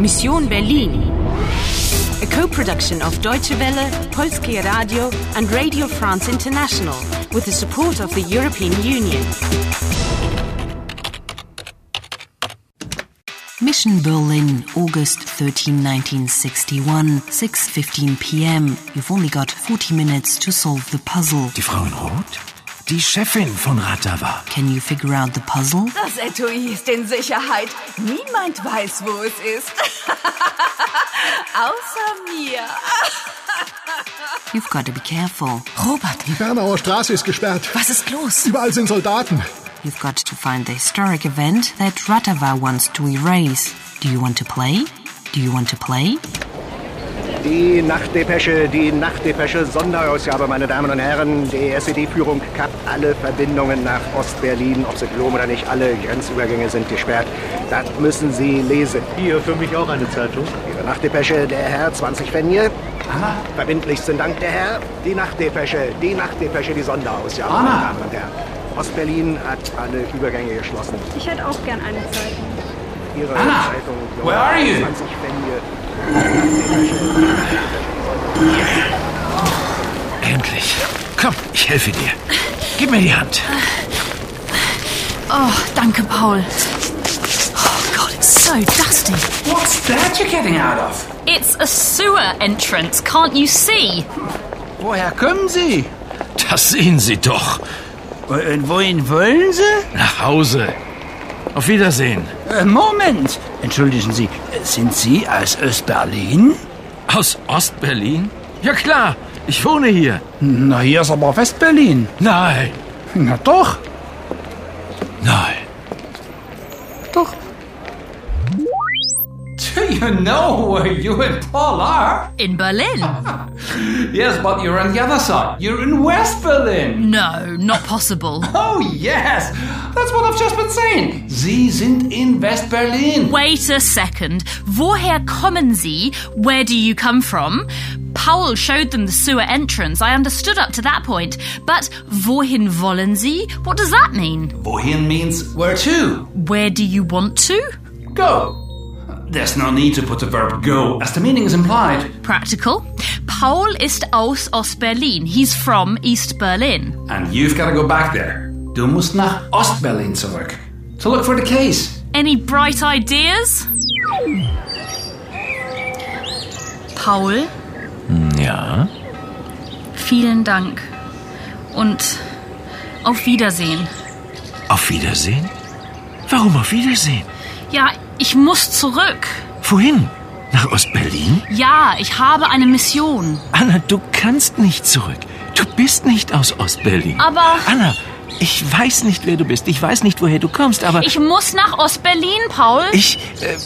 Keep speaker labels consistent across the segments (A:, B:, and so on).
A: Mission Berlin. A co-production of Deutsche Welle, Polskie Radio and Radio France International with the support of the European Union.
B: Mission Berlin, August 13, 1961, 6.15 p.m. You've only got 40 minutes to solve the puzzle.
C: Die Frau in Rot? Die Chefin von Ratava.
B: Can you figure out the puzzle?
D: Das Etui ist in Sicherheit. Niemand weiß, wo es ist. Außer mir.
B: You've got to be careful.
E: Robert,
F: Die Bernauer Straße ist gesperrt.
E: was ist los?
F: Überall sind Soldaten.
B: You've got to find the historic event that Ratava wants to erase. Do you want to play? Do you want to play?
G: Die Nachtdepesche, die Nachtdepesche, Sonderausgabe, meine Damen und Herren. Die SED-Führung kappt alle Verbindungen nach Ostberlin, ob Sie glauben oder nicht, alle Grenzübergänge sind gesperrt. Das müssen Sie lesen.
H: Hier, für mich auch eine Zeitung.
G: Ihre Nachtdepesche, der Herr, 20 Fenje. Verbindlichsten Dank, der Herr. Die Nachtdepesche, die Nachtdepesche, die Sonderausgabe, meine Damen und Herren. Ostberlin hat alle Übergänge geschlossen.
I: Ich hätte auch gern eine Zeitung.
G: Ihre Zeitung,
C: where are you?
G: 20 Fenje.
C: Endlich. Komm, ich helfe dir. Gib mir die Hand.
D: Oh, danke, Paul.
E: Oh Gott, it's so dusty.
J: What's that you're getting out of?
K: It's a sewer entrance, can't you see?
H: Woher kommen Sie?
C: Das sehen Sie doch.
H: Äh, Und wohin wollen Sie?
C: Nach Hause. Auf Wiedersehen.
H: Äh, Moment. Entschuldigen Sie, äh, sind Sie aus Östberlin?
C: Aus Ostberlin? Ja klar, ich wohne hier.
H: Na, hier ist aber Westberlin.
C: Nein,
H: Na doch.
C: nein.
H: Doch.
J: Do you know where you and Paul are?
K: In Berlin?
J: Yes, but you're on the other side. You're in West Berlin.
K: No, not possible.
J: Oh, yes. That's what I've just been saying. Sie sind in West Berlin.
K: Wait a second. Woher kommen Sie? Where do you come from? Powell showed them the sewer entrance. I understood up to that point. But wohin wollen Sie? What does that mean?
J: Wohin means where to.
K: Where do you want to?
J: Go. There's no need to put the verb go, as the meaning is implied.
K: Practical. Paul ist aus Ostberlin. He's from East Berlin.
J: And you've got to go back there. Du musst nach Ostberlin zurück. To look for the case.
K: Any bright ideas? Paul,
C: Ja,
K: vielen Dank. Und auf Wiedersehen.
C: auf Wiedersehen? Warum auf Wiedersehen?
K: Ja, ich muss zurück.
C: Wohin? Nach Ostberlin?
K: Ja, ich habe eine Mission.
C: Anna, du kannst nicht zurück. Du bist nicht aus Ostberlin.
K: Aber-
C: Anna, ich weiß nicht, wer du bist. Ich weiß nicht, woher du kommst, aber
K: Ich muss nach Ostberlin, Paul.
C: ich äh,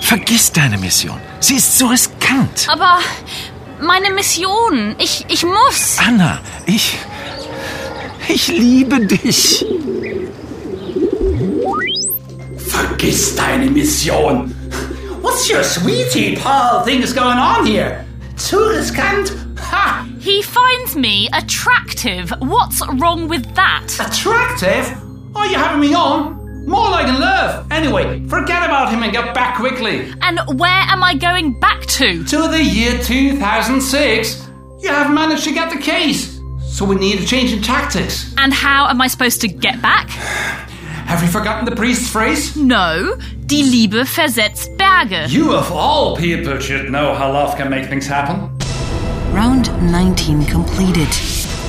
C: vergiss deine Mission. Sie ist so riskant.
K: Aber meine Mission. Ich, ich muss.
C: Anna, ich. Ich liebe dich.
J: Vergiss deine Mission. What's your sweetie Paul thing is going on here? Zu riskant? Ha!
K: He finds me attractive. What's wrong with that?
J: Attractive? Are you having me on? More like in love. Anyway, forget about him and get back quickly.
K: And where am I going back to?
J: To the year 2006, you have managed to get the case. So we need a change in tactics.
K: And how am I supposed to get back?
J: Have you forgotten the priest's phrase?
K: No, die Liebe versetzt Berge.
J: You of all people should know how love can make things happen.
B: Round 19 completed.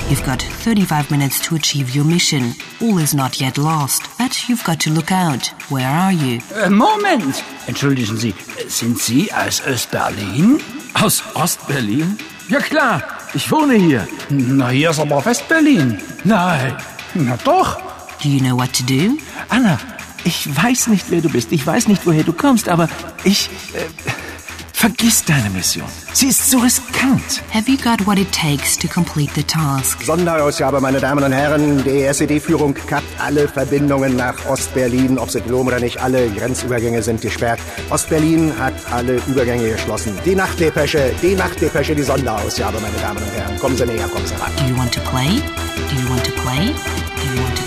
B: You've got 35 minutes to achieve your mission. All is not yet lost, but you've got to look out. Where are you?
H: Äh, Moment. Entschuldigen Sie, äh, sind Sie aus Östberlin?
C: Aus Ostberlin? Ja klar, ich wohne hier.
H: Na, hier ist aber Westberlin.
C: Nein.
H: Na doch.
B: Do you know what to do?
C: Anna, ich weiß nicht, wer du bist. Ich weiß nicht, woher du kommst, aber ich. Äh, vergiss deine Mission. Sie ist so riskant.
B: Have you got what it takes to complete the task?
G: Sonderausgabe, meine Damen und Herren. Die SED-Führung kappt alle Verbindungen nach Ostberlin, ob sie glauben oder nicht. Alle Grenzübergänge sind gesperrt. Ostberlin hat alle Übergänge geschlossen. Die Nachtdepesche, die Nachtdepesche, die Sonderausgabe, meine Damen und Herren. Kommen Sie näher, kommen Sie ran.
B: Do you want to play? Do you want to play? Do you want to